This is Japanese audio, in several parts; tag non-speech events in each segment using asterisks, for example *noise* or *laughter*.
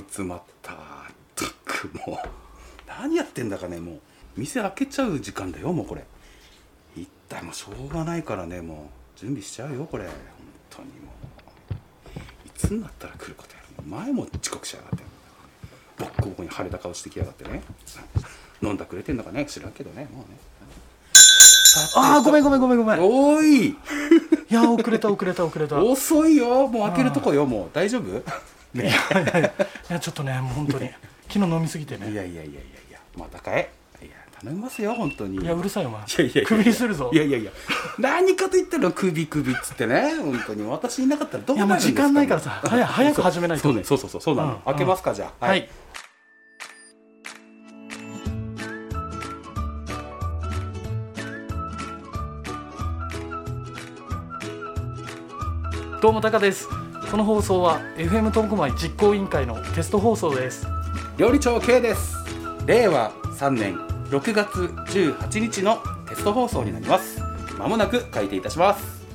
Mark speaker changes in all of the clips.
Speaker 1: 詰まったったくもう何やってんだかねもう店開けちゃう時間だよもうこれ一体もうしょうがないからねもう準備しちゃうよこれ本当にもういつになったら来ることやるの前も遅刻しやがってボッコボコに腫れた顔してきやがってね飲んだくれてんのかね知らんけどねもうね
Speaker 2: ああごめんごめんごめんごめんい
Speaker 1: おい
Speaker 2: や遅れた遅れた遅れ *laughs* たい
Speaker 1: 遅いよもう開けるとこよもう大丈夫ね
Speaker 2: やちょっとねもう本当に昨日飲みすぎて
Speaker 1: い
Speaker 2: ね
Speaker 1: やいやいやいやいやまたかいいや頼みますよ本当に
Speaker 2: いやうるさいお前
Speaker 1: いやいやいや
Speaker 2: クビにするぞ
Speaker 1: いやいやいや何かと言ったら首首っつってね本当に私いなかったらどう
Speaker 2: い
Speaker 1: なるん
Speaker 2: やもう
Speaker 1: です
Speaker 2: 時
Speaker 1: か
Speaker 2: 間ないからさ
Speaker 1: もう
Speaker 2: 早早く始めない
Speaker 1: *laughs* そ
Speaker 2: と
Speaker 1: うねそうそうそうそうなの、
Speaker 2: うん
Speaker 1: 開けますかじゃあ
Speaker 2: はい、どうもタカですこの放送は FM トークマイ実行委員会のテスト放送です
Speaker 1: 料理長 K です令和3年6月18日のテスト放送になりますまもなく開店いたします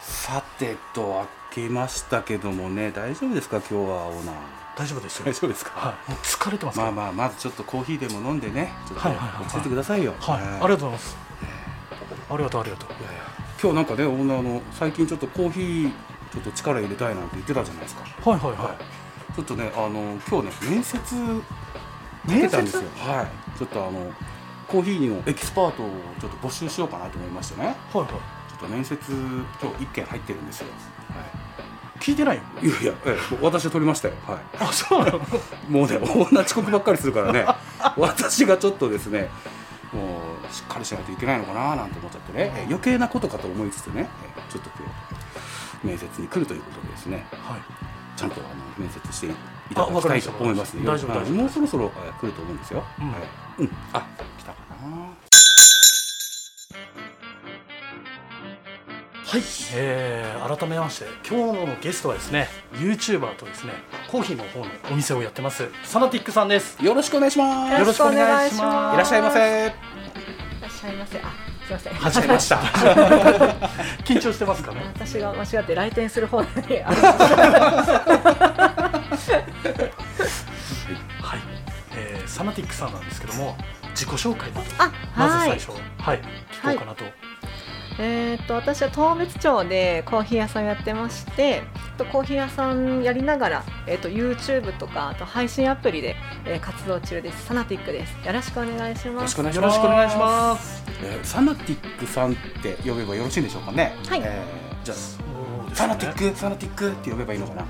Speaker 1: さてと開けましたけどもね大丈夫ですか今日はオーナー
Speaker 2: 大丈夫ですよ
Speaker 1: 大丈夫ですか、
Speaker 2: はいもう疲れてますか
Speaker 1: まあ
Speaker 2: ら
Speaker 1: まあまずちょっとコーヒーでも飲んでねちょっと
Speaker 2: はいはいはいはい
Speaker 1: 落ち着いてくださいよ
Speaker 2: はい、ありがとうございますありがとうありがとう
Speaker 1: いやいや今日なんかねオーナーの最近ちょっとコーヒーちょっと力入れたいなんて言ってたじゃないですか
Speaker 2: はいはいは
Speaker 1: ちょっとねあの今日ね面接受
Speaker 2: い
Speaker 1: けたんですよはいちょっとあのコーヒーのエキスパートをちょっと募集しようかなと思いましてね
Speaker 2: はいはい
Speaker 1: ちょっと面接今日一件入ってるんですよ、は
Speaker 2: 聞いてないよ
Speaker 1: い、いやいや、ええ、もう私は取りましたよはい
Speaker 2: あそうなの
Speaker 1: もうね、女遅刻ばっかりするから *laughs* ね、私がちょっとですね、もうしっかりしないといけないのかななんて思っちゃってね、え余計なことかと思いつつね、えちょっと今日、面接に来るということでですね、
Speaker 2: はい
Speaker 1: ちゃんとあの面接していただきたいと思いますね。
Speaker 2: あわかりました
Speaker 1: はい
Speaker 2: 大丈夫大丈夫
Speaker 1: もうそろそろえ来ると思うんですよ。
Speaker 2: うん
Speaker 1: はいうん、あ、来たかな。
Speaker 2: はい、えー改めまして今日のゲストはですね YouTuber とですねコーヒーの方のお店をやってますサナティックさんです
Speaker 1: よろしくお願いします。
Speaker 2: よろしくお願いします
Speaker 1: いらっしゃいま
Speaker 3: い
Speaker 1: せ。
Speaker 3: らっしゃいませ。あ、すいません。
Speaker 2: はじめまして *laughs* 緊張してますかね
Speaker 3: 私が間違って来店する方に。あ
Speaker 2: はい、えーサナティックさんなんですけども自己紹介など
Speaker 3: あ
Speaker 2: まず
Speaker 3: は
Speaker 2: 最
Speaker 3: い。
Speaker 2: 初はい、聞こうかなと、
Speaker 3: えーっと私は東別町でコーヒー屋さんをやってまして、とコーヒー屋さんやりながらえーっと YouTube とかあと配信アプリで、えー活動中です。サナティックです。よろしくお願いし
Speaker 1: よ
Speaker 3: ま
Speaker 1: ろし
Speaker 3: す。
Speaker 1: くお願いし
Speaker 2: よ
Speaker 1: ま
Speaker 2: ろ
Speaker 1: す。
Speaker 2: しくお願いします
Speaker 1: えーサナティックさんって呼べばよろしいんでしょうかね。
Speaker 3: はい
Speaker 1: えーじゃあ
Speaker 2: そうですね
Speaker 1: サナティック、サナティックって呼べばいいのかな。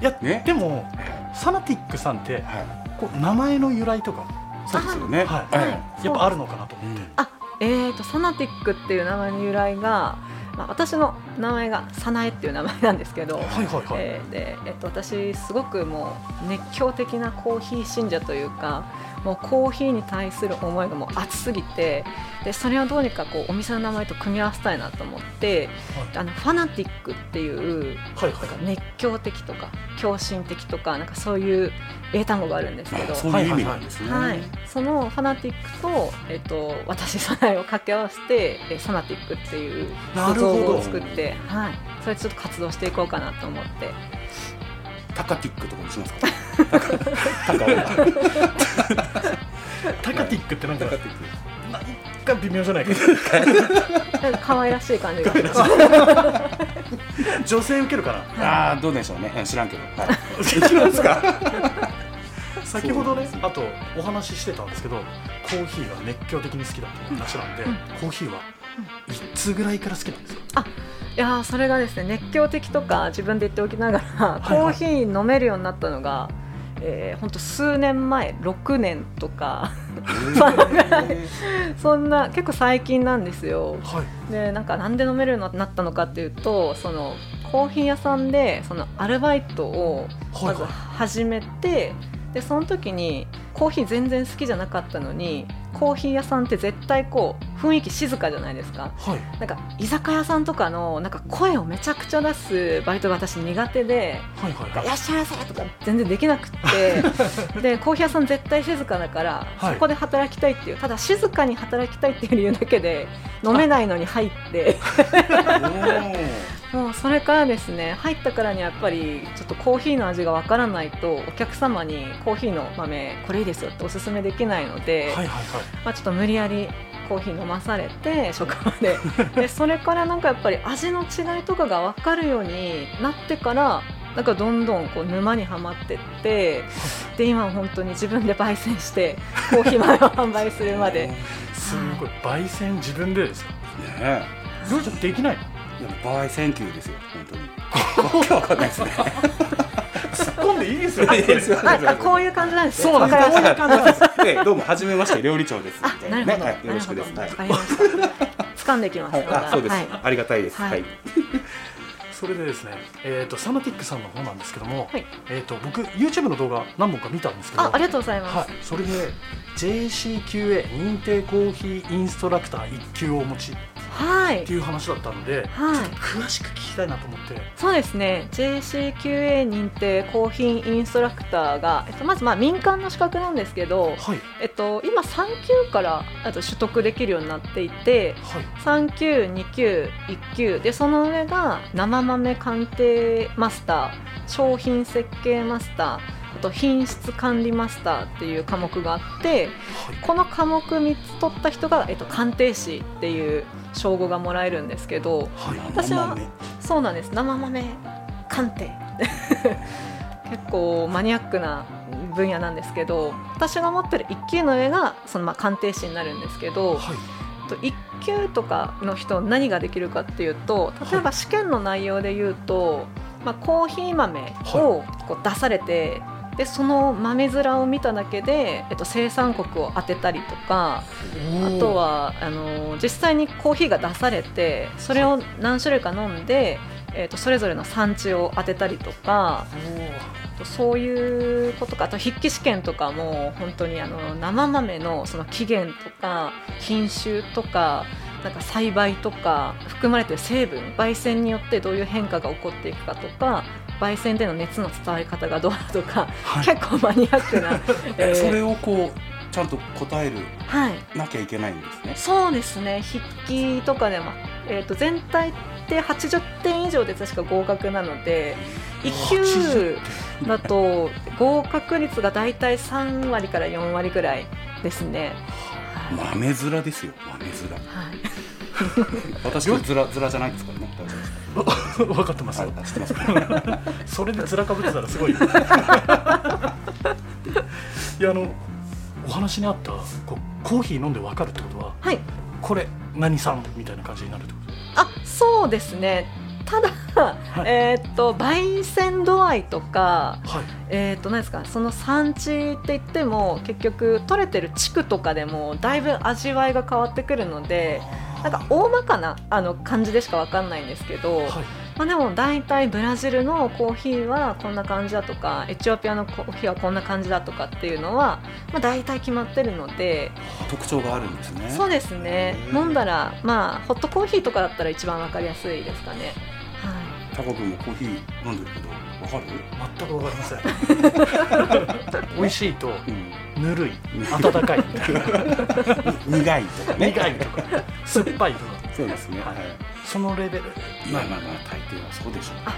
Speaker 2: いや、
Speaker 1: ね
Speaker 2: でもサナティックさんって
Speaker 1: は
Speaker 2: こう名前の由来とか
Speaker 1: い。そうですよね。
Speaker 2: はい
Speaker 1: は
Speaker 2: やっぱあるのかなと
Speaker 1: い。う
Speaker 2: 思っ
Speaker 1: ん
Speaker 2: て、
Speaker 3: あ、えーっとサナティックっていう名前の由来が、まあ、私の名前がサナエっていう名前なんですけど。
Speaker 2: はいはいはい、
Speaker 3: えーでえっと、私すごくもう熱狂的なコーヒー信者というかもうコーヒーに対する思いがもう熱すぎてでそれをどうにかこうお店の名前と組み合わせたいなと思ってあのファナティックっていう
Speaker 2: はいはい
Speaker 3: なんか熱狂的とか狂信的とかなんかそういう英単語があるんですけど
Speaker 1: あ。そういう意味なんですね。
Speaker 3: はい、そのファナティックと、えっと、私サナイを掛け合わせてえサナティックっていう
Speaker 2: なる
Speaker 3: 造
Speaker 2: ほ
Speaker 3: 語
Speaker 2: ど
Speaker 3: を作って、はい、それちょっと活動していこうかなと思って
Speaker 1: タカティックとかにしますか。タカタカを
Speaker 2: タカティックってなんか
Speaker 1: タカティッ
Speaker 2: なんか微妙じゃないか
Speaker 3: なんか可愛らしい感じが。
Speaker 2: 女性受けるかな
Speaker 1: ク。ああどうでしょうね。うん知らんけど。はい。
Speaker 2: ですか *laughs* 先ほどね
Speaker 1: そう
Speaker 2: あとお話ししてたんですけどコーヒーが熱狂的に好きだっていう話なんで、
Speaker 3: うん
Speaker 2: コーヒーは、いつぐらいから好きなんですか
Speaker 3: いやーそれがですね熱狂的とか自分で言っておきながら、
Speaker 2: はい
Speaker 3: コーヒー飲めるようになったのが。えー、ほんと数年前6年とかそんな結構最近なんですよ
Speaker 2: はい
Speaker 3: でなんかなんで飲めるようになったのかっていうとそのコーヒー屋さんでそのアルバイトを
Speaker 2: は
Speaker 3: ま
Speaker 2: い
Speaker 3: ず
Speaker 2: はい
Speaker 3: 始めて、でその時にコーヒー全然好きじゃなかったのにコーヒー屋さんって絶対こう雰囲気静かじゃないですか
Speaker 2: はい
Speaker 3: なんか居酒屋さんとかのなんか声をめちゃくちゃ出すバイトが私苦手で
Speaker 2: はいはい
Speaker 3: 「いらっしゃいませ」とか全然できなくっ
Speaker 2: *laughs*
Speaker 3: てでコーヒー屋さん絶対静かだから、
Speaker 2: はい
Speaker 3: そこで働きたいっていうただ静かに働きたいっていう理由だけで飲めないのに入ってもうそれからですね入ったからにやっぱりちょっとコーヒーの味がわからないとお客様にコーヒーの豆これいいですよっておすすめできないので、
Speaker 2: はいはいはい
Speaker 3: まあ、ちょっと無理やりコーヒー飲まされ
Speaker 1: *laughs*
Speaker 3: て職場ででそれからなんかやっぱり味の違いとかが分かるようになってからなんかどんどんこう沼にはまって
Speaker 1: *laughs*
Speaker 3: ってで今は本当に自分で焙煎してコーヒー豆を販売するまで
Speaker 1: ね
Speaker 2: すごい焙煎自分でですよ
Speaker 1: え
Speaker 2: りょうちゃんできないの
Speaker 1: いや場合センキューですよ本 *laughs* 当にわけわかんないですね
Speaker 2: 突っ込んでいいですよ
Speaker 1: いいですよ
Speaker 3: ああこういう感じなんですね
Speaker 2: そうなん
Speaker 3: わ
Speaker 2: で
Speaker 3: か
Speaker 2: す
Speaker 3: りました
Speaker 1: でどうも初めまして料理長ですみ
Speaker 3: あ
Speaker 1: たいな
Speaker 3: な
Speaker 1: ね
Speaker 3: るほど、
Speaker 1: はいよろしくです
Speaker 3: な
Speaker 1: はい
Speaker 3: るほどわかりました掴んできます
Speaker 1: はいあそうです
Speaker 3: はい
Speaker 1: ありがたいです
Speaker 3: はい
Speaker 1: はい
Speaker 2: それでですね、えー、とサナティックさんの方なんですけども、
Speaker 3: はい
Speaker 2: えー、と僕 YouTube の動画何本か見たんですけど
Speaker 3: あありがとうございます、
Speaker 2: はい、それで JCQA 認定コーヒーインストラクター1級をお持ちっ
Speaker 3: はい
Speaker 2: ていう話だったので、
Speaker 3: はい
Speaker 2: 詳しく聞きたいなと思って
Speaker 3: そうですね JCQA 認定コーヒーインストラクターが、えっと、まずまあ民間の資格なんですけど、
Speaker 2: はい
Speaker 3: えっと、今3級からあと取得できるようになっていて
Speaker 2: はい
Speaker 3: 3級2級1級でその上が生豆鑑定マスター商品設計マスターあと品質管理マスターっていう科目があってこの科目3つ取った人が、えっと、鑑定士っていう称号がもらえるんですけど
Speaker 2: はいはい
Speaker 3: 私は
Speaker 1: まあまあね
Speaker 3: そうなんです生豆鑑定 *laughs* 結構マニアックな分野なんですけど私が持ってる1級の上がそのまあ鑑定士になるんですけど
Speaker 2: はい
Speaker 3: と1級とかの人何ができるかっていうと例えば試験の内容で言うと、まあ、コーヒー豆をこう出されて、でその豆面を見ただけで、えっと、生産国を当てたりとか。あとはあの実際にコーヒーが出されてそれを何種類か飲んで、えー、とそれぞれの産地を当てたりとか
Speaker 2: おー
Speaker 3: あとそういうことかあと筆記試験とかも本当にあの生豆のその起源とか品種とかなんか栽培とか含まれてる成分焙煎によってどういう変化が起こっていくかとか焙煎での熱の伝わり方がどうだとか、
Speaker 2: はい
Speaker 3: *laughs* 結構マニアックな、
Speaker 1: え
Speaker 3: えー
Speaker 1: それをこうちゃんと答える
Speaker 3: はい、
Speaker 1: なきゃいけないんですね
Speaker 3: そうですね筆記とかでも、えー、と全体って80点以上で確か合格なので1
Speaker 2: 80
Speaker 3: 級だと合格率が大体3割から4割ぐらいですね。はい
Speaker 1: 豆面ですよ豆面
Speaker 3: はい
Speaker 1: 私これズラズラじゃないですからね大丈夫です
Speaker 2: *laughs* 分かってますよ
Speaker 1: はい知ってます
Speaker 2: それで面かぶってたらすごいよいやあのお話にあったこうコーヒー飲んで分かるってことは
Speaker 3: はい、
Speaker 2: これ何さんみたいな感じになるってこと
Speaker 3: あそうですねただ、
Speaker 2: い
Speaker 3: えっと焙煎度合いとか
Speaker 2: はい
Speaker 3: えー、と何ですかその産地って言っても結局取れてる地区とかでもだいぶ味わいが変わってくるのでなんか大まかなあの感じでしか分かんないんですけど、
Speaker 2: はい
Speaker 3: まあ、でも大体ブラジルのコーヒーはこんな感じだとかエチオピアのコーヒーはこんな感じだとかっていうのは、まあ、大体決まってるので
Speaker 1: 特徴があるんですね
Speaker 3: そうですね
Speaker 1: うん
Speaker 3: 飲んだら、まあ、ホットコーヒーとかだったら一番分かりやすいですかね。はい
Speaker 1: タコ君もコーヒー飲んでるけどわかる
Speaker 2: 全く分かりません美味しいと
Speaker 1: うん
Speaker 2: ぬるい温かいみたいな
Speaker 1: 苦いとかね
Speaker 2: 苦いとか酸っぱいとか
Speaker 1: そうですね
Speaker 2: はい
Speaker 1: はい
Speaker 2: そのレベル
Speaker 1: まあまあまあ大抵はそうでしょう
Speaker 3: あ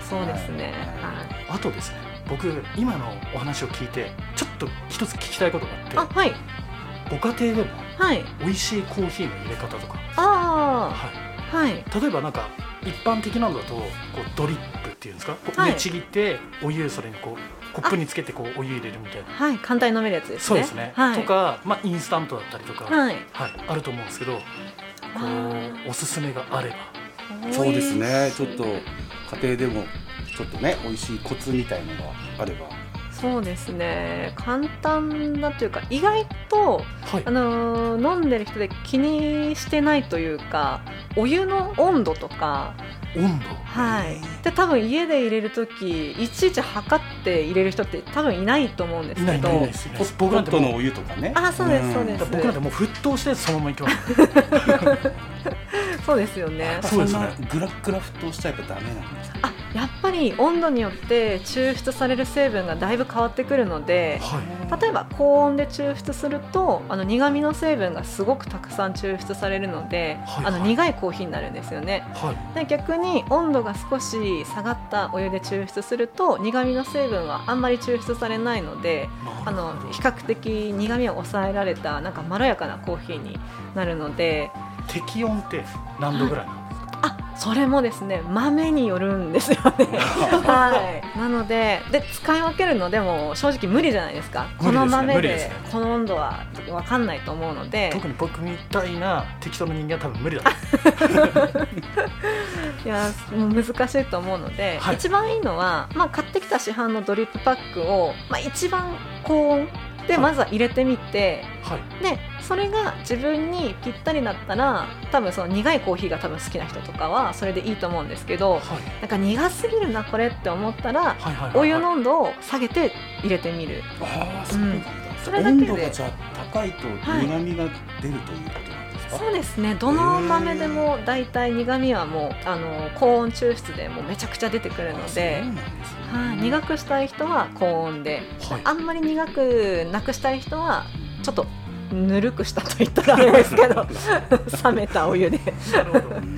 Speaker 3: そうそうですね、
Speaker 1: は
Speaker 3: はい
Speaker 2: あとですね僕今のお話を聞いてちょっと一つ聞きたいことがあ
Speaker 3: あ
Speaker 2: って
Speaker 3: はい
Speaker 2: ご家庭でも
Speaker 3: はい
Speaker 2: 美味しいコーヒーの入れ方とか、
Speaker 3: あ
Speaker 2: は
Speaker 3: あはい
Speaker 2: い、例えばなんか一般的なのだとこうドリップっていうんですかこう
Speaker 3: はい
Speaker 2: 上ちぎってお湯それにこうコップにつけてこうお湯入れるみたいな
Speaker 3: はい簡単に飲めるやつですね
Speaker 2: そうですね、
Speaker 3: はい
Speaker 2: とか、まあ、インスタントだったりとか、はい
Speaker 3: はい
Speaker 2: あると思うんですけどこうおすすめがあれば
Speaker 1: いそうですねちょっと
Speaker 3: 美味しい
Speaker 1: 家庭でもちょっとね美味しいコツみたいのがあれば
Speaker 3: そうですね簡単だというか意外と
Speaker 2: はい
Speaker 3: あのー飲んでる人で気にしてないというかお湯の温度とか
Speaker 2: 温度
Speaker 3: はい、で多分家で入れる時いちいち測って入れる人って多分いないと思うんです
Speaker 2: いない
Speaker 3: け
Speaker 2: い
Speaker 3: ど
Speaker 2: ないいないですいない
Speaker 1: ポ
Speaker 2: です
Speaker 1: ッ
Speaker 2: 僕なんて
Speaker 1: ト
Speaker 2: も
Speaker 1: のお湯とかね
Speaker 3: あそうですそうです
Speaker 2: う僕なんてもう沸騰してそのままいきます
Speaker 3: そうですよね
Speaker 2: あ
Speaker 1: そ
Speaker 2: そうんですね
Speaker 1: なグラグラ沸騰したらやっぱダメなんです
Speaker 3: あやっぱり温度によって抽出される成分がだいぶ変わってくるので
Speaker 2: はい
Speaker 3: 例 *laughs* えば高温で抽出するとあの苦味の成分がすごくたくさん抽出されるので、
Speaker 2: はい
Speaker 3: あの苦いコーヒーになるんですよね
Speaker 2: はい
Speaker 3: で逆に温度が少し下がったお湯で抽出すると苦味の成分はあんまり抽出されないのであ
Speaker 2: なる
Speaker 3: の
Speaker 2: ほど
Speaker 3: 比較的苦味を抑えられたなんかまろやかなコーヒーになるので
Speaker 2: 適温って何度ぐらいなんですか
Speaker 3: あそれもですね豆によるんですよねはいなのでで使い分けるのでも正直無理じゃないですか
Speaker 2: 無理ですね
Speaker 3: この豆
Speaker 2: 無
Speaker 3: で
Speaker 2: 理ですね
Speaker 3: この温度は分かんないと思うので
Speaker 2: 特に僕みたいな適当な人間は多分無理だと思う
Speaker 3: いやもう難しいと思うので、
Speaker 2: はい
Speaker 3: 一番いいのは、まあ、買ってきた市販のドリップパックを、まあ、一番高温で
Speaker 2: はい
Speaker 3: まずは入れてみて、
Speaker 2: はい
Speaker 3: でそれが自分にぴったりだったら多分その苦いコーヒーが多分好きな人とかはそれでいいと思うんですけど
Speaker 2: はい
Speaker 3: なんか苦すぎるなこれって思ったら
Speaker 2: はいはいはい
Speaker 3: お湯の温度を下げて入れてみる
Speaker 1: ああそうなんだ、
Speaker 3: それだけで
Speaker 1: 温度がじゃあ高いと苦味が出るということなんですか、
Speaker 3: そうですねどの豆でも大体苦みはもうあの高温抽出でもうめちゃくちゃ出てくるの
Speaker 1: あ
Speaker 3: で
Speaker 1: そうなんですね
Speaker 3: はい、苦くしたい人は高温で
Speaker 2: はい
Speaker 3: あんまり苦くなくしたい人はちょっとぬるくしたと言ったらあれですけど *laughs* 冷めたお湯で
Speaker 2: なるほど
Speaker 1: うん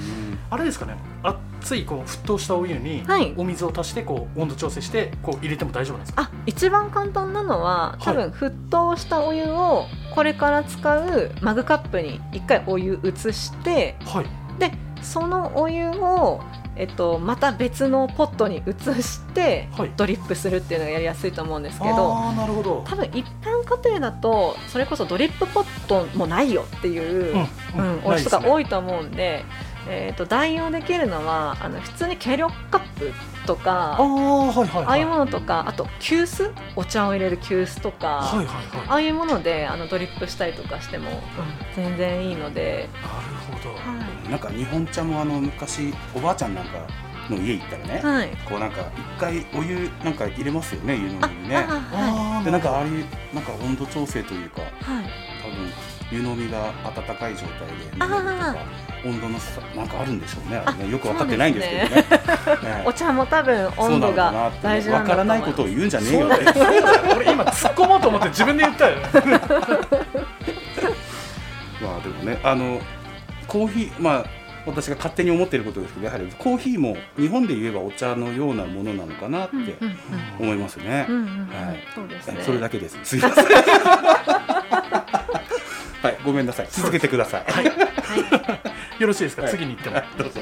Speaker 2: あれですかね熱いこう沸騰したお湯に
Speaker 3: はい
Speaker 2: お水を足してこう温度調整してこう入れても大丈夫なんですか
Speaker 3: あ一番簡単なのは多分沸騰したお湯をこれから使うマグカップに一回お湯移して
Speaker 2: はい
Speaker 3: でそのお湯を、えっと、また別のポットに移して
Speaker 2: はい
Speaker 3: ドリップするっていうのがやりやすいと思うんですけど。
Speaker 2: ああなるほど
Speaker 3: 多分一般家庭だとそれこそドリップポットもないよっていう、うんお家とか
Speaker 2: い
Speaker 3: 多いと思うんで、えー、と代用できるのはあの普通に計量カップと
Speaker 2: ああ
Speaker 3: か
Speaker 2: ーはいはい
Speaker 3: ああいう
Speaker 2: は
Speaker 3: ものとかあと急須お茶を入れる急須とか、
Speaker 2: はいはいはい
Speaker 3: ああいうものであのドリップしたりとかしても、うん全然いいので、
Speaker 2: な
Speaker 3: は
Speaker 1: なんか日本茶もあの昔おばあちゃんなんかの家行ったらね、
Speaker 3: いはい
Speaker 1: こうなんか一回お湯なんか入れますよね湯
Speaker 3: あ
Speaker 1: 飲みにね
Speaker 3: あ
Speaker 2: る
Speaker 3: は
Speaker 2: ほど
Speaker 1: でなんかああいうなんか温度調整というか
Speaker 3: い、はい、
Speaker 1: 多分湯飲みが温かい状態で飲むと
Speaker 3: あ
Speaker 1: か温度の差なんかあるんでしょうねあれね
Speaker 3: あ
Speaker 1: よく分かってないんですけどねね
Speaker 3: *laughs* お茶も多分
Speaker 1: そう
Speaker 3: 温
Speaker 1: な
Speaker 3: 度
Speaker 1: のかな
Speaker 3: が
Speaker 1: って
Speaker 3: 大事なん
Speaker 1: 分
Speaker 3: だ
Speaker 1: から
Speaker 3: と思
Speaker 1: ないい
Speaker 3: ます
Speaker 1: ことを言うんじゃねえよって
Speaker 2: あ俺今突っ込もうと思って自分で言ったよね
Speaker 1: *laughs* まあでもねあのコーヒーまあ私が勝手に思っていることですけどやはりコーヒーも日本で言えばお茶のようなものなのかなって
Speaker 3: うんうんうん
Speaker 1: 思いますね、
Speaker 3: うんうんうん
Speaker 1: はい
Speaker 3: そうですね
Speaker 1: それだけですすいませ
Speaker 3: *laughs*
Speaker 1: んはいごめんなさい続けてください
Speaker 2: はい
Speaker 3: はい
Speaker 2: よろしいですか、
Speaker 1: はい
Speaker 2: 次に行っても、
Speaker 1: はいどうぞ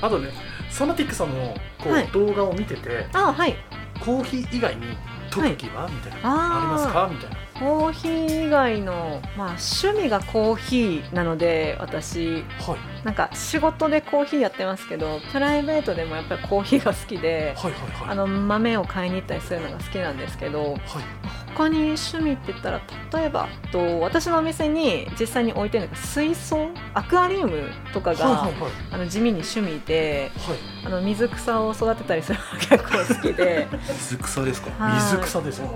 Speaker 2: あとねサナティックさんのこう、
Speaker 3: はい
Speaker 2: 動画を見てて
Speaker 3: あはい
Speaker 2: コーヒー以外に特技は、みたいなあります
Speaker 3: あ
Speaker 2: かみたいな
Speaker 3: ーコーヒー以外の、まあ、趣味がコーヒーなので私
Speaker 2: はい
Speaker 3: なんか仕事でコーヒーやってますけどプライベートでもやっぱりコーヒーが好きで
Speaker 2: はいはいはい
Speaker 3: あの豆を買いに行ったりするのが好きなんですけ
Speaker 2: は
Speaker 3: ど
Speaker 2: い
Speaker 3: 他に趣味って言ったら例えばと私のお店に実際に置いてるのが水槽アクアリウムとかが、
Speaker 2: はいはいはい
Speaker 3: あの地味に趣味で
Speaker 2: はい
Speaker 3: あの水草を育てたりするのが結構好きで
Speaker 1: 水草ですか
Speaker 3: はい
Speaker 2: 水草ですよ。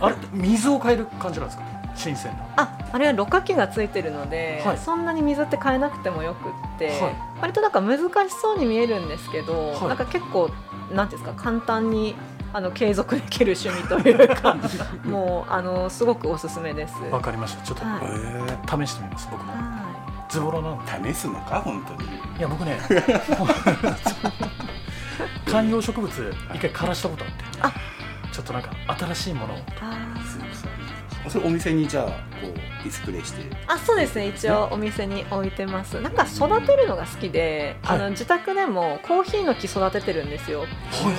Speaker 2: あれ水を変える感じなんですか。新鮮な。
Speaker 3: ああれはろ過器がついてるので、
Speaker 2: はい
Speaker 3: そんなに水って変えなくてもよくって、
Speaker 2: は
Speaker 3: 割となんか難しそうに見えるんですけど、
Speaker 2: はい
Speaker 3: なんか結構なんていうんですか簡単にあの継続できる趣味という
Speaker 2: *laughs*
Speaker 3: かもうあのすごくおすすめです。
Speaker 2: わかりました。ちょっ
Speaker 1: へ
Speaker 3: は
Speaker 2: と試してみます。僕も
Speaker 3: は
Speaker 2: ズボラなんで。
Speaker 1: え試すのか本当に
Speaker 2: いや僕ね。観葉植物一回枯らしたことあって。
Speaker 3: あ
Speaker 2: ちょっとなんか新しいものを。
Speaker 3: いあ
Speaker 1: 水
Speaker 3: ー
Speaker 1: 草それお店にじゃあこうディスプレイして
Speaker 3: あそうですね一応お店に置いてますなんか育てるのが好きで、
Speaker 2: はい
Speaker 3: あの自宅でもコーヒーの木育ててるんですよ
Speaker 2: はい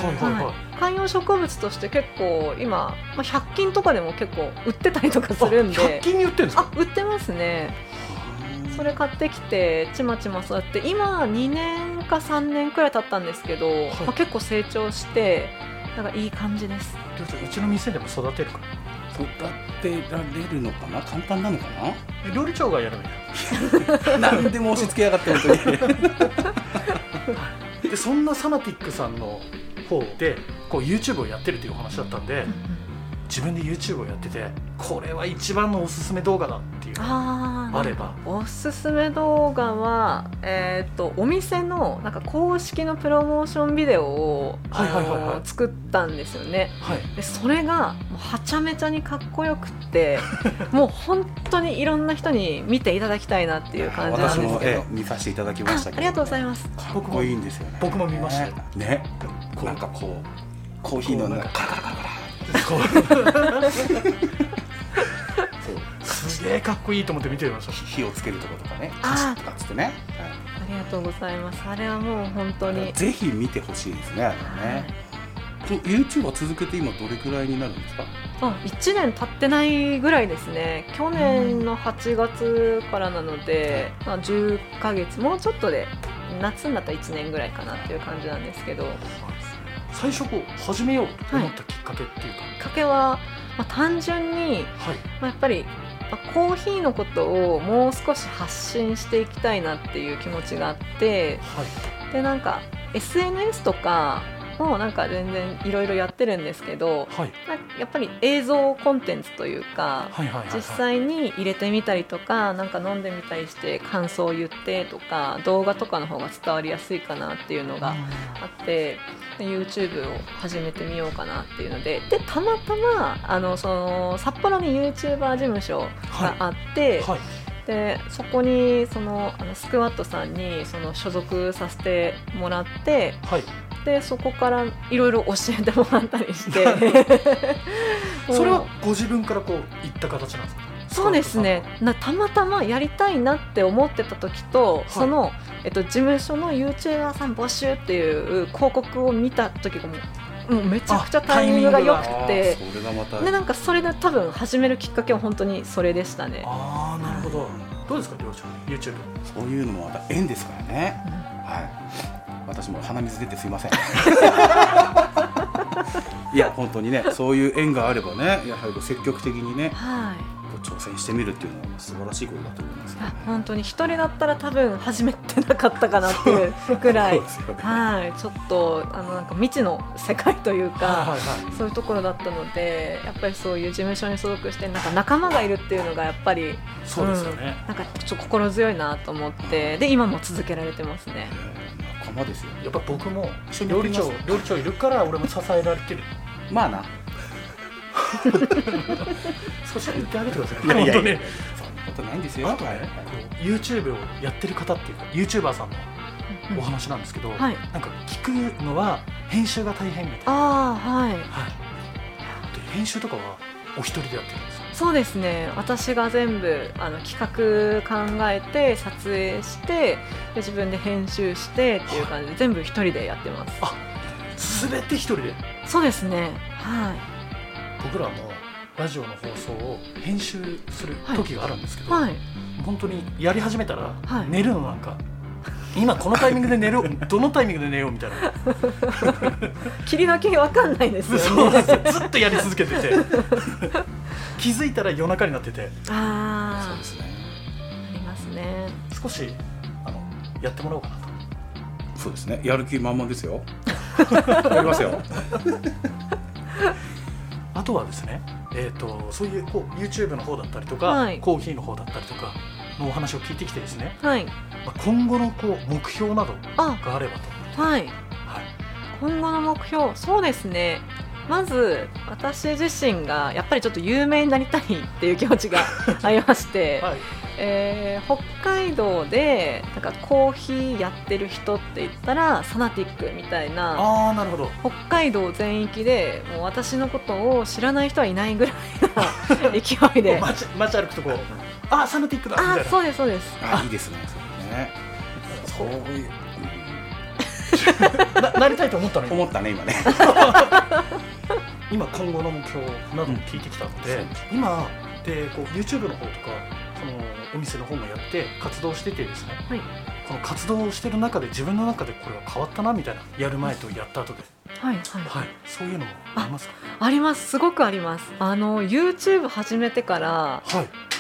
Speaker 2: はいはいはい。
Speaker 3: 観葉植物として結構今、まあ、100均とかでも結構売ってたりとかする
Speaker 2: *laughs*
Speaker 3: ん
Speaker 2: 百
Speaker 3: で
Speaker 2: 均に売ってるんですか
Speaker 3: あ。売ってますねそれ買ってきてちまちま育って今2年か3年くらい経ったんですけど、まあ、結構成長してなんかいい感じです
Speaker 2: うちの店でも育てるから。
Speaker 1: 育てられるのかな簡単なのか
Speaker 2: 料理長がやればいい
Speaker 1: ななんで申し付けやがって本当に
Speaker 2: でそんなサナティックさんの方でこう YouTube をやってるというお話だったんで自分で YouTube をやっててこれは一番のおすすめ動画だっていうの
Speaker 3: あ
Speaker 2: があれば
Speaker 3: おすすめ動画は、えー、とお店のなんか公式のプロモーションビデオを、
Speaker 2: はいはいはいはい
Speaker 3: あの作ったんですよね
Speaker 2: はい
Speaker 3: でそれがもうはちゃめちゃにかっこよくって
Speaker 1: *laughs*
Speaker 3: もう本当にいろんな人に見ていただきたいなっていう感じな
Speaker 1: 私
Speaker 3: んです
Speaker 1: も、
Speaker 3: け
Speaker 1: え
Speaker 3: ど
Speaker 1: え見させていただきましたけ
Speaker 3: あ
Speaker 1: ど
Speaker 3: ありがとうございます
Speaker 1: かっこいいんですよね
Speaker 2: 僕も見ましたよ
Speaker 1: ね
Speaker 2: こう
Speaker 1: なんかこうコーヒーの中
Speaker 2: こう
Speaker 1: カラカラカラカラ
Speaker 2: こ
Speaker 1: そう
Speaker 2: うすげえかっこいいと思って見てました
Speaker 1: 火をつけるとことかねカシ
Speaker 3: あー
Speaker 1: ッとかっつってね、はい
Speaker 3: ありがとうございますあれはもう本当に
Speaker 1: ぜひ見てほしいですね。ね。と YouTube は続けて今どれくらいになるんですか？
Speaker 3: あ1年経ってないぐらいですね去年の8月からなので、まあ、10ヶ月もうちょっとで夏になったら1年ぐらいかなっていう感じなんですけど
Speaker 2: 最初こう始めようと思ったきっかけっていうか
Speaker 3: きっかけは、まあ、単純に、
Speaker 2: はい
Speaker 3: まあ、やっぱりまあコーヒーのことをもう少し発信していきたいなっていう気持ちがあって
Speaker 2: はい
Speaker 3: でなんか SNS とかもなんか全然いろいろやってるんですけど
Speaker 2: はい
Speaker 3: なんかやっぱり映像コンテンツというか
Speaker 2: はいはいはいはい
Speaker 3: 実際に入れてみたりとかなんか飲んでみたりして感想を言ってとか動画とかの方が伝わりやすいかなっていうのがあって、YouTube を始めてみようかなっていうのででたまたまあのその札幌に YouTuber 事務所があって、
Speaker 2: はい
Speaker 3: でそこにそのあのスクワットさんにその所属させてもらって
Speaker 2: はい
Speaker 3: でそこからいろいろ教えてもらったりして *laughs*
Speaker 2: それはご自分からこう言った形なんですか
Speaker 3: そうですねなたまたまやりたいなって思ってた時と、
Speaker 2: い
Speaker 3: その、えっと、事務所の YouTuber さん募集っていう広告を見た時がもうもうめちゃくちゃタイミングが良く
Speaker 2: あ
Speaker 3: て
Speaker 1: それがまた
Speaker 3: でなんかそれで多分始めるきっかけは本当にそれでしたね。
Speaker 2: ああなるほどどうですかりょうちゃん YouTube
Speaker 1: そういうのもまた縁ですからね。
Speaker 3: うん
Speaker 1: はい。私も鼻水出てすい
Speaker 3: *laughs*
Speaker 1: ません。いや本当にねそういう縁があればねやはりこう積極的にね
Speaker 3: はい
Speaker 1: こう挑戦してみるっていうのは素晴らしいことだと思いますよね
Speaker 3: あ。本当に一人だったら多分始めてなかったかなっていうぐらい
Speaker 1: そうですよね
Speaker 3: はいちょっとあのなんか未知の世界というか、
Speaker 2: はいはいはい
Speaker 3: そういうところだったのでやっぱりそういう事務所に所属してなんか仲間がいるっていうのがやっぱり
Speaker 2: そうですよね
Speaker 3: なんかちょっと心強いなと思ってで今も続けられてますね
Speaker 1: えー仲間ですよ。
Speaker 2: やっぱ僕も
Speaker 1: 一緒に
Speaker 2: 料理
Speaker 1: や
Speaker 2: 長
Speaker 1: ってみます
Speaker 2: 料理長いるから俺も支えられてる
Speaker 1: まあな。
Speaker 2: 少しは言ってあげてください
Speaker 1: いやいやいや
Speaker 2: 本
Speaker 1: そんなことないんですよ。
Speaker 2: 当ねあとねこう YouTube をやってる方っていうか YouTuber さんのお話なんですけど、
Speaker 3: はい
Speaker 2: なんか聞くのは編集が大変みたいな、
Speaker 3: ああはい
Speaker 2: はい、で編集とかはお一人でやってるんですよ
Speaker 3: そうですね私が全部あの企画考えて撮影してで自分で編集してっていう感じで全部一人でやってます
Speaker 2: 全て一人で
Speaker 3: そうですねはい
Speaker 2: 僕らもラジオの放送を編集する時があるんですけど、
Speaker 3: はい
Speaker 2: 本当にやり始めたら
Speaker 3: はい
Speaker 2: 寝るのなんか、今このタイミングで寝
Speaker 3: *laughs*
Speaker 2: るどのタイミングで寝ようみたいな
Speaker 3: 切り分けわかんないですよ
Speaker 2: そうな
Speaker 3: ね
Speaker 2: んですよずっとやり続けてて気づいたら夜中になってて
Speaker 1: そう
Speaker 3: あ
Speaker 1: ですね。
Speaker 3: あありますね
Speaker 2: 少しあのやってもらおうかなと
Speaker 1: そうですね。やる気満々ですよ。やりますよ。
Speaker 2: あとはですね、えー、とそういうこう YouTube の方だったりとか、
Speaker 3: はい
Speaker 2: コーヒーの方だったりとかのお話を聞いてきてですね、
Speaker 3: はい
Speaker 2: まあ、今後のこう目標など
Speaker 3: あ
Speaker 2: があればと、
Speaker 3: はい
Speaker 2: はい、
Speaker 3: 今後の目標そうですねまず私自身がやっぱりちょっと有名になりたいっていう気持ちがありまして、
Speaker 2: *laughs* はい、
Speaker 3: えー北海道でなんかコーヒーやってる人って言ったらサナティックみたいな
Speaker 2: ああなるほど
Speaker 3: 北海道全域でもう私のことを知らない人はいないぐらい
Speaker 2: *laughs*
Speaker 3: な勢いであ
Speaker 2: 街街歩くとこああサナティックだみたい
Speaker 3: ー
Speaker 2: な
Speaker 3: そうですそうです
Speaker 1: あ、いいですね。それね。そ
Speaker 2: そ
Speaker 1: うういう、
Speaker 2: ななりたいと思ったの
Speaker 1: うん
Speaker 2: よ
Speaker 1: 思ったね、今ね。
Speaker 2: 今今後の目標なども聞いてきたので、
Speaker 1: うん
Speaker 2: 今でこう YouTube の方とかそのお店の方もやって活動しててですね、
Speaker 3: はい
Speaker 2: この活動をしてる中で自分の中でこれは変わったなみたいなやる前とやった後で
Speaker 3: はい
Speaker 2: は
Speaker 3: はい
Speaker 2: い、そういうのもありますか
Speaker 3: ありますすごくありますあの YouTube 始めてから
Speaker 2: は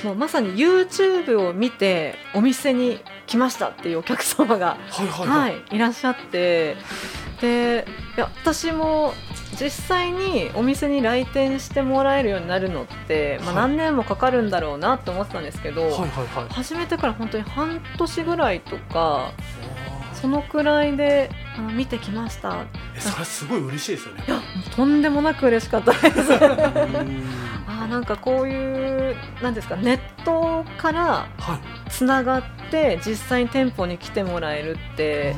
Speaker 2: い
Speaker 3: もうまさに YouTube を見てお店に来ましたっていうお客様が
Speaker 2: はいはいは
Speaker 3: はいい、いらっしゃってでいや私も実際にお店に来店してもらえるようになるのって、まあ、
Speaker 2: はい
Speaker 3: 何年もかかるんだろうなと思ってたんですけど、
Speaker 2: はいはいはい
Speaker 3: 始めてから本当に半年ぐらいとかそのくらいであの見てきました
Speaker 2: えそれはすごい嬉しいですよね
Speaker 3: いやとんでもなく嬉しかったですあ
Speaker 1: うん
Speaker 3: ーなんかこういうなんですかネットから
Speaker 2: はい
Speaker 3: つながって実際に店舗に来てもらえるって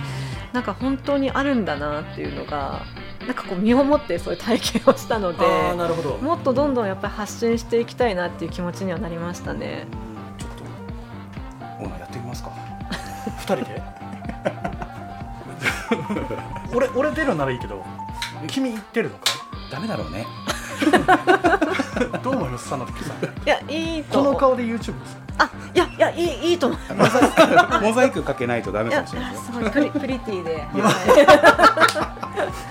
Speaker 3: なんか本当にあるんだなっていうのがなんかこう身をもってそういう体験をしたので
Speaker 2: ああなるほど
Speaker 3: もっとどんどんやっぱり発信していきたいなっていう気持ちにはなりましたね。
Speaker 1: ちょっとオーナーやってみますか
Speaker 2: 二人で *laughs* 俺俺出るならいいけど君出るのか
Speaker 1: ダメだろうね
Speaker 2: どう思いますサナティックさん
Speaker 3: いやいい
Speaker 2: *laughs*
Speaker 3: と
Speaker 2: この
Speaker 3: 思う
Speaker 2: 顔で YouTube です
Speaker 3: あいやいやいいいいと思う
Speaker 1: モザイクかけないとダメ
Speaker 3: い
Speaker 1: か
Speaker 3: や
Speaker 1: もしれないですよ
Speaker 3: すごいプリプリティで
Speaker 2: いや
Speaker 3: は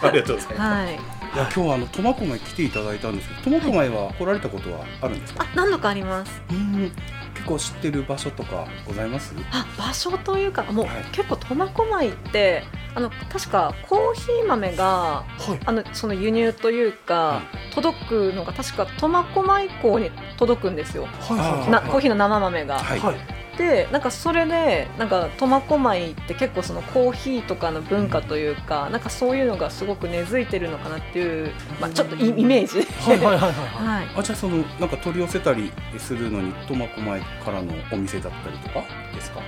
Speaker 1: ありがとうござい
Speaker 3: い、
Speaker 1: ます
Speaker 3: は
Speaker 1: い
Speaker 3: い、
Speaker 1: や今日はあの苫小牧来ていただいたんですけど苫小牧は来られたことはあるんですか、
Speaker 3: あ何度かあります
Speaker 1: うん結構知ってる場所とかございます
Speaker 3: あ場所というかもう、
Speaker 1: はい
Speaker 3: 結構苫小牧ってあの確かコーヒー豆が
Speaker 2: はい
Speaker 3: あのその輸入というか、届くのが確か苫小牧港に届くんですよ
Speaker 2: はいはいはい
Speaker 3: なコーヒーの生豆が。
Speaker 1: はい
Speaker 2: はい
Speaker 3: でなんかそれでなんか苫小牧って結構そのコーヒーとかの文化というか、なんかそういうのがすごく根付いてるのかなっていう、まあ、ちょっとイイメージ。
Speaker 2: はいはいはいはいはい
Speaker 3: *laughs* はい
Speaker 1: あじゃあそのなんか取り寄せたりするのに苫小牧からのお店だったりとかですか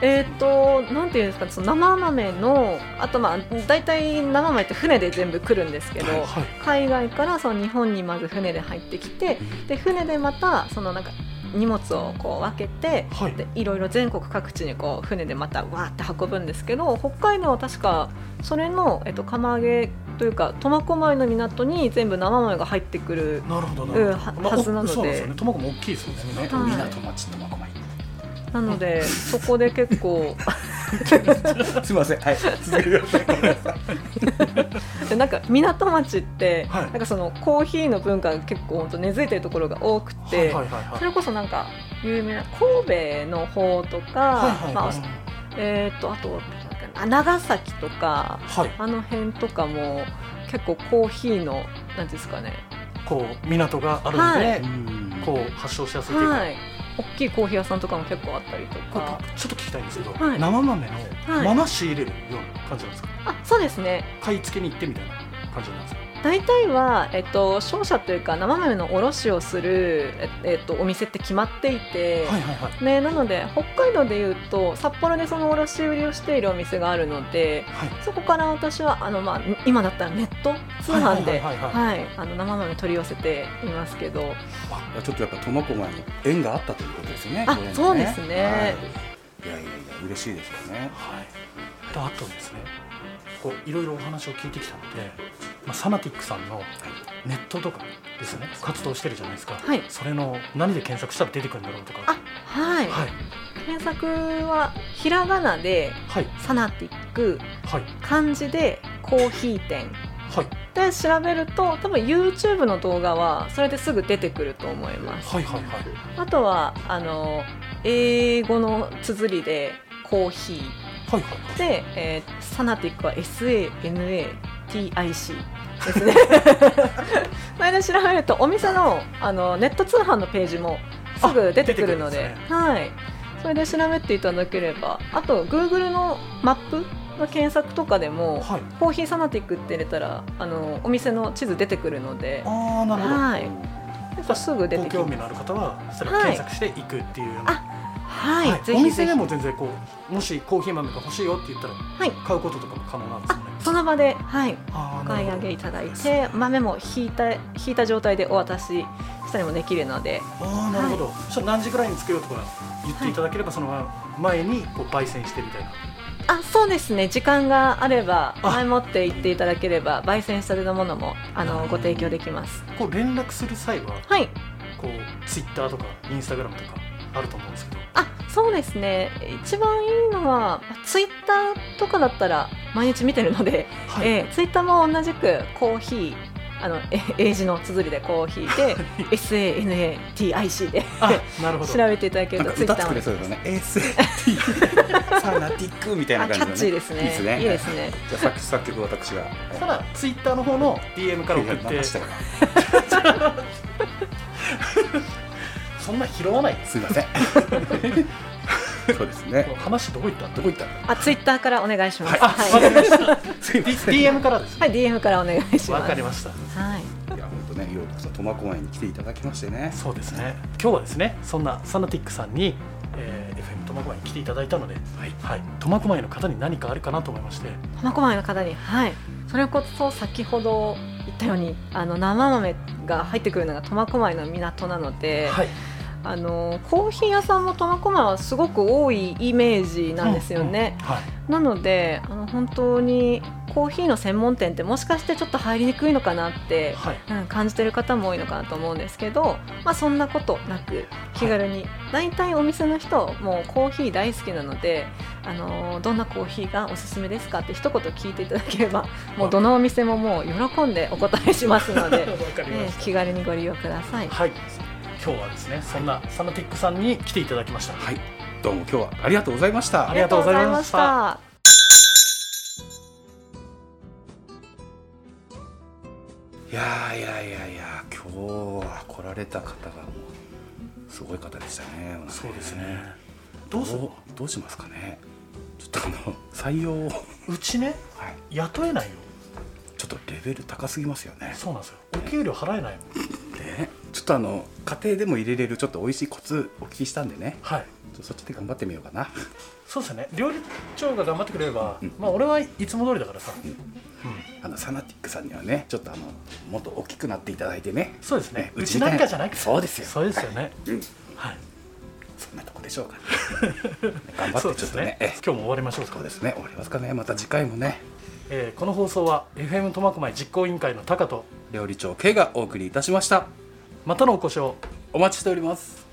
Speaker 3: えーっ、となんていうんですかその生豆のあとまあ大体生豆って船で全部来るんですけど、
Speaker 2: はい
Speaker 3: 海外からその日本にまず船で入ってきてで船でまたそのなんか荷物をこう分けて
Speaker 2: はい
Speaker 3: でいろいろ全国各地にこう船でまたわーって運ぶんですけど北海道は確かそれの、えっと、釜揚げというか苫小牧の港に全部生豆が入ってくる
Speaker 2: なるほどな
Speaker 3: う
Speaker 2: る
Speaker 3: ん
Speaker 2: ほ
Speaker 3: は
Speaker 2: ど、
Speaker 3: はずなので
Speaker 2: そうなんですよね苫小牧大きいそうですよね、
Speaker 3: はい
Speaker 1: 港町苫小牧
Speaker 3: なのでそこで結構
Speaker 1: *laughs*
Speaker 3: *laughs*
Speaker 1: すいませんはい続けてください
Speaker 3: でなんか港町って、
Speaker 2: はい
Speaker 3: なんかそのコーヒーの文化が結構ほんと根付いてるところが多くて、
Speaker 2: はいはいはいはい
Speaker 3: それこそなんか有名な神戸の方とか、
Speaker 2: はいはい
Speaker 3: まあ
Speaker 2: はい
Speaker 3: えー、とあとなんかあ長崎とか
Speaker 2: はい
Speaker 3: あの辺とかも結構コーヒーのなんていうんですかね
Speaker 2: こう港があるので、こう発祥しやすいというか、
Speaker 3: はい大きいコーヒー屋さんとかも結構あったりと
Speaker 2: これ
Speaker 3: か
Speaker 2: 僕ちょっと聞きたいんですけど、
Speaker 3: はい
Speaker 2: 生豆
Speaker 3: は
Speaker 2: の
Speaker 3: い
Speaker 2: まま仕入れるような感じなんですか、
Speaker 3: あそうですね
Speaker 2: 買い付けに行ってみたいな感じなんですか
Speaker 3: 大体は、えっと、商社というか生豆の卸をする、ええっと、お店って決まっていて、
Speaker 2: はいはいはい
Speaker 3: ね、なので北海道でいうと札幌でその卸売りをしているお店があるので
Speaker 2: はい
Speaker 3: そこから私はあの、まあ、今だったらネット通販で
Speaker 2: はいはいはい
Speaker 3: はいあの生豆取り寄せていますけど
Speaker 1: いやちょっとやっぱ苫小牧に縁があったということですよね
Speaker 3: あ
Speaker 1: ご縁が
Speaker 3: そうですね
Speaker 1: はい、いやいやいや嬉しいですよね
Speaker 2: はいであとですねこういろいろお話を聞いてきたので、まあ、サナティックさんのネットとかですね活動してるじゃないですか、
Speaker 3: はい
Speaker 2: それの何で検索したら出てくるんだろうとか
Speaker 3: あはい、
Speaker 2: はい
Speaker 3: 検索はひらがなで
Speaker 2: はい
Speaker 3: サナティック
Speaker 2: はい
Speaker 3: 漢字でコーヒー店
Speaker 2: はい
Speaker 3: で調べると多分 YouTube の動画はそれですぐ出てくると思います
Speaker 2: はいはいはい
Speaker 3: あとはあの英語の綴りでコーヒー
Speaker 2: はいはい
Speaker 3: で、えーサナティックは SANATIC です
Speaker 2: *laughs*
Speaker 3: ねこれで調べるとお店のあのネット通販のページもすぐ出てくるので
Speaker 2: あ出てくるんです
Speaker 3: はい、それで調べていただければあと Google のマップの検索とかでも、
Speaker 2: はい
Speaker 3: コーヒーサナティックって入れたらあのお店の地図出てくるので
Speaker 2: ああなるほど、
Speaker 3: はい結構すぐ出
Speaker 2: ご
Speaker 3: てき
Speaker 2: 興
Speaker 3: ま
Speaker 2: 味
Speaker 3: す
Speaker 2: のある方はそれを
Speaker 3: はい
Speaker 2: 検索していくっていうような、
Speaker 3: あはい、
Speaker 2: はい
Speaker 3: ぜ
Speaker 2: お
Speaker 3: ひぜ
Speaker 2: 店
Speaker 3: ひ
Speaker 2: でも全然こうもしコーヒー豆が欲しいよって言ったら
Speaker 3: はい
Speaker 2: 買うこととかも可能なんですよね
Speaker 3: その場ではい
Speaker 2: あ
Speaker 3: お
Speaker 2: ー
Speaker 3: 買い
Speaker 2: なる
Speaker 3: 上
Speaker 2: ほど
Speaker 3: げいただいて豆も引いた引いた状態でお渡ししたりもできるので
Speaker 2: ああなるほど、そしたら何時ぐらいにつけようとか言っていただければ、その前にこう焙煎してみたいな
Speaker 3: あそうですね時間があれば
Speaker 2: あ
Speaker 3: 前もって行っていただければ焙煎したてのものもあのご提供できます
Speaker 2: こう連絡する際は
Speaker 3: はい
Speaker 2: こうツイッターとかインスタグラムとかあると思うんですけど
Speaker 3: あそうですね一番いいのはツイッターとかだったら毎日見てるので、
Speaker 2: はい
Speaker 3: えツイッター Twitter も同じくコーヒーあのえ英字の綴りでコーヒーで SANATIC で
Speaker 2: あなるほど
Speaker 3: 調べていただけ
Speaker 1: な
Speaker 3: る
Speaker 1: んか
Speaker 3: とツイ
Speaker 1: 歌
Speaker 3: ッタ
Speaker 1: 作れ
Speaker 3: ー
Speaker 1: そうですよね *laughs* SAT サナティックみたいな
Speaker 3: あキャ
Speaker 1: 感
Speaker 3: ッチ
Speaker 1: じ
Speaker 3: ー
Speaker 1: のね
Speaker 3: ですね
Speaker 1: いいですね
Speaker 3: いいですね
Speaker 1: じゃあ作作曲私がはい
Speaker 2: ただツイッターの方の DM から
Speaker 1: い
Speaker 2: 送
Speaker 1: や
Speaker 2: っ
Speaker 1: 流
Speaker 2: て
Speaker 1: したから
Speaker 2: そんな拾わないです
Speaker 1: すいま
Speaker 2: *laughs*
Speaker 1: せんそうですね
Speaker 2: 話どこ行っ
Speaker 1: ど
Speaker 2: たど
Speaker 1: こ
Speaker 2: こ
Speaker 1: 行ったの
Speaker 3: あツイッターからお願いしま
Speaker 1: は
Speaker 3: す
Speaker 1: い
Speaker 2: あ、わ
Speaker 3: は
Speaker 2: かりました *laughs*
Speaker 1: すい
Speaker 2: D-
Speaker 1: ません
Speaker 2: DM からです
Speaker 3: い、はい、DM からお願いします
Speaker 2: わかりました
Speaker 3: はい
Speaker 1: いや本当ねようこそ苫小牧に来ていただきましてね
Speaker 2: そうですね今日はですねそんなサナティックさんに、えー FM 苫小牧に来ていただいたので
Speaker 1: はい
Speaker 2: はい苫小牧の方に何かあるかなと思いまして
Speaker 3: 苫小牧の方に、はい、それこそ先ほど言ったようにあの生豆が入ってくるのが苫小牧の港なので、
Speaker 2: はい
Speaker 3: あのコーヒー屋さんも苫小牧はすごく多いイメージなんですよね、
Speaker 2: うんうんはい
Speaker 3: なのであの本当にコーヒーの専門店ってもしかしてちょっと入りにくいのかなって、
Speaker 1: *laughs*
Speaker 2: はい
Speaker 3: うん、感じてる方も多いのかなと思うんですけど、まあ、そんなことなく気軽に、大体お店の人もうコーヒー大好きなので、あのーどんなコーヒーがおすすめですかって一言聞いていただければもうどのお店ももう喜んでお答えしますので
Speaker 2: *laughs* わ。かり
Speaker 3: え
Speaker 2: ま
Speaker 3: え
Speaker 2: した
Speaker 3: 気軽にご利用ください。
Speaker 2: はい今日はですねそんなサナティックさんに来ていただきました
Speaker 1: はいどうも今日はありがとうございました
Speaker 2: ありがとうございました
Speaker 3: ありがとうございました。
Speaker 1: いやーいやいやいや今日は来られた方がもうすごい方でしたね
Speaker 2: そうですね
Speaker 1: ど
Speaker 2: ど
Speaker 1: う
Speaker 2: うする
Speaker 1: どうしますかねちょっとあの採用を、は
Speaker 2: うちね
Speaker 1: い、
Speaker 2: 雇えないよ
Speaker 1: ちょっとレベル高すぎますよね
Speaker 2: そうなんですよお給料払えないもん
Speaker 1: ねちょっとあの家庭でも入れれるちょっと美味しいコツお聞きしたんでね
Speaker 2: はい
Speaker 1: ちょっとそっちで頑張ってみようかな *laughs*
Speaker 2: そうですね料理長が頑張ってくれれば、
Speaker 1: うん
Speaker 2: まあ俺はいつも通りだからさ、
Speaker 1: うん
Speaker 2: うん
Speaker 1: あのサナティックさんにはねちょっとあのもっと大きくなっていただいてね
Speaker 2: そうですね
Speaker 1: ね
Speaker 2: うちなんかじゃなくて
Speaker 1: そうですよ
Speaker 2: そうですよね、
Speaker 1: うん
Speaker 2: はい、
Speaker 1: そんなとこでし
Speaker 2: *laughs*
Speaker 1: ょうか、頑張ってちょっとね
Speaker 2: そう
Speaker 1: え
Speaker 2: です今日も終わりましょうか
Speaker 1: そうですね終わりますかねまた次回もね
Speaker 2: えーこの放送は FM 苫小牧実行委員会の高と
Speaker 1: 料理長 K がお送りいたしました
Speaker 2: またのお越しを
Speaker 1: お待ちしております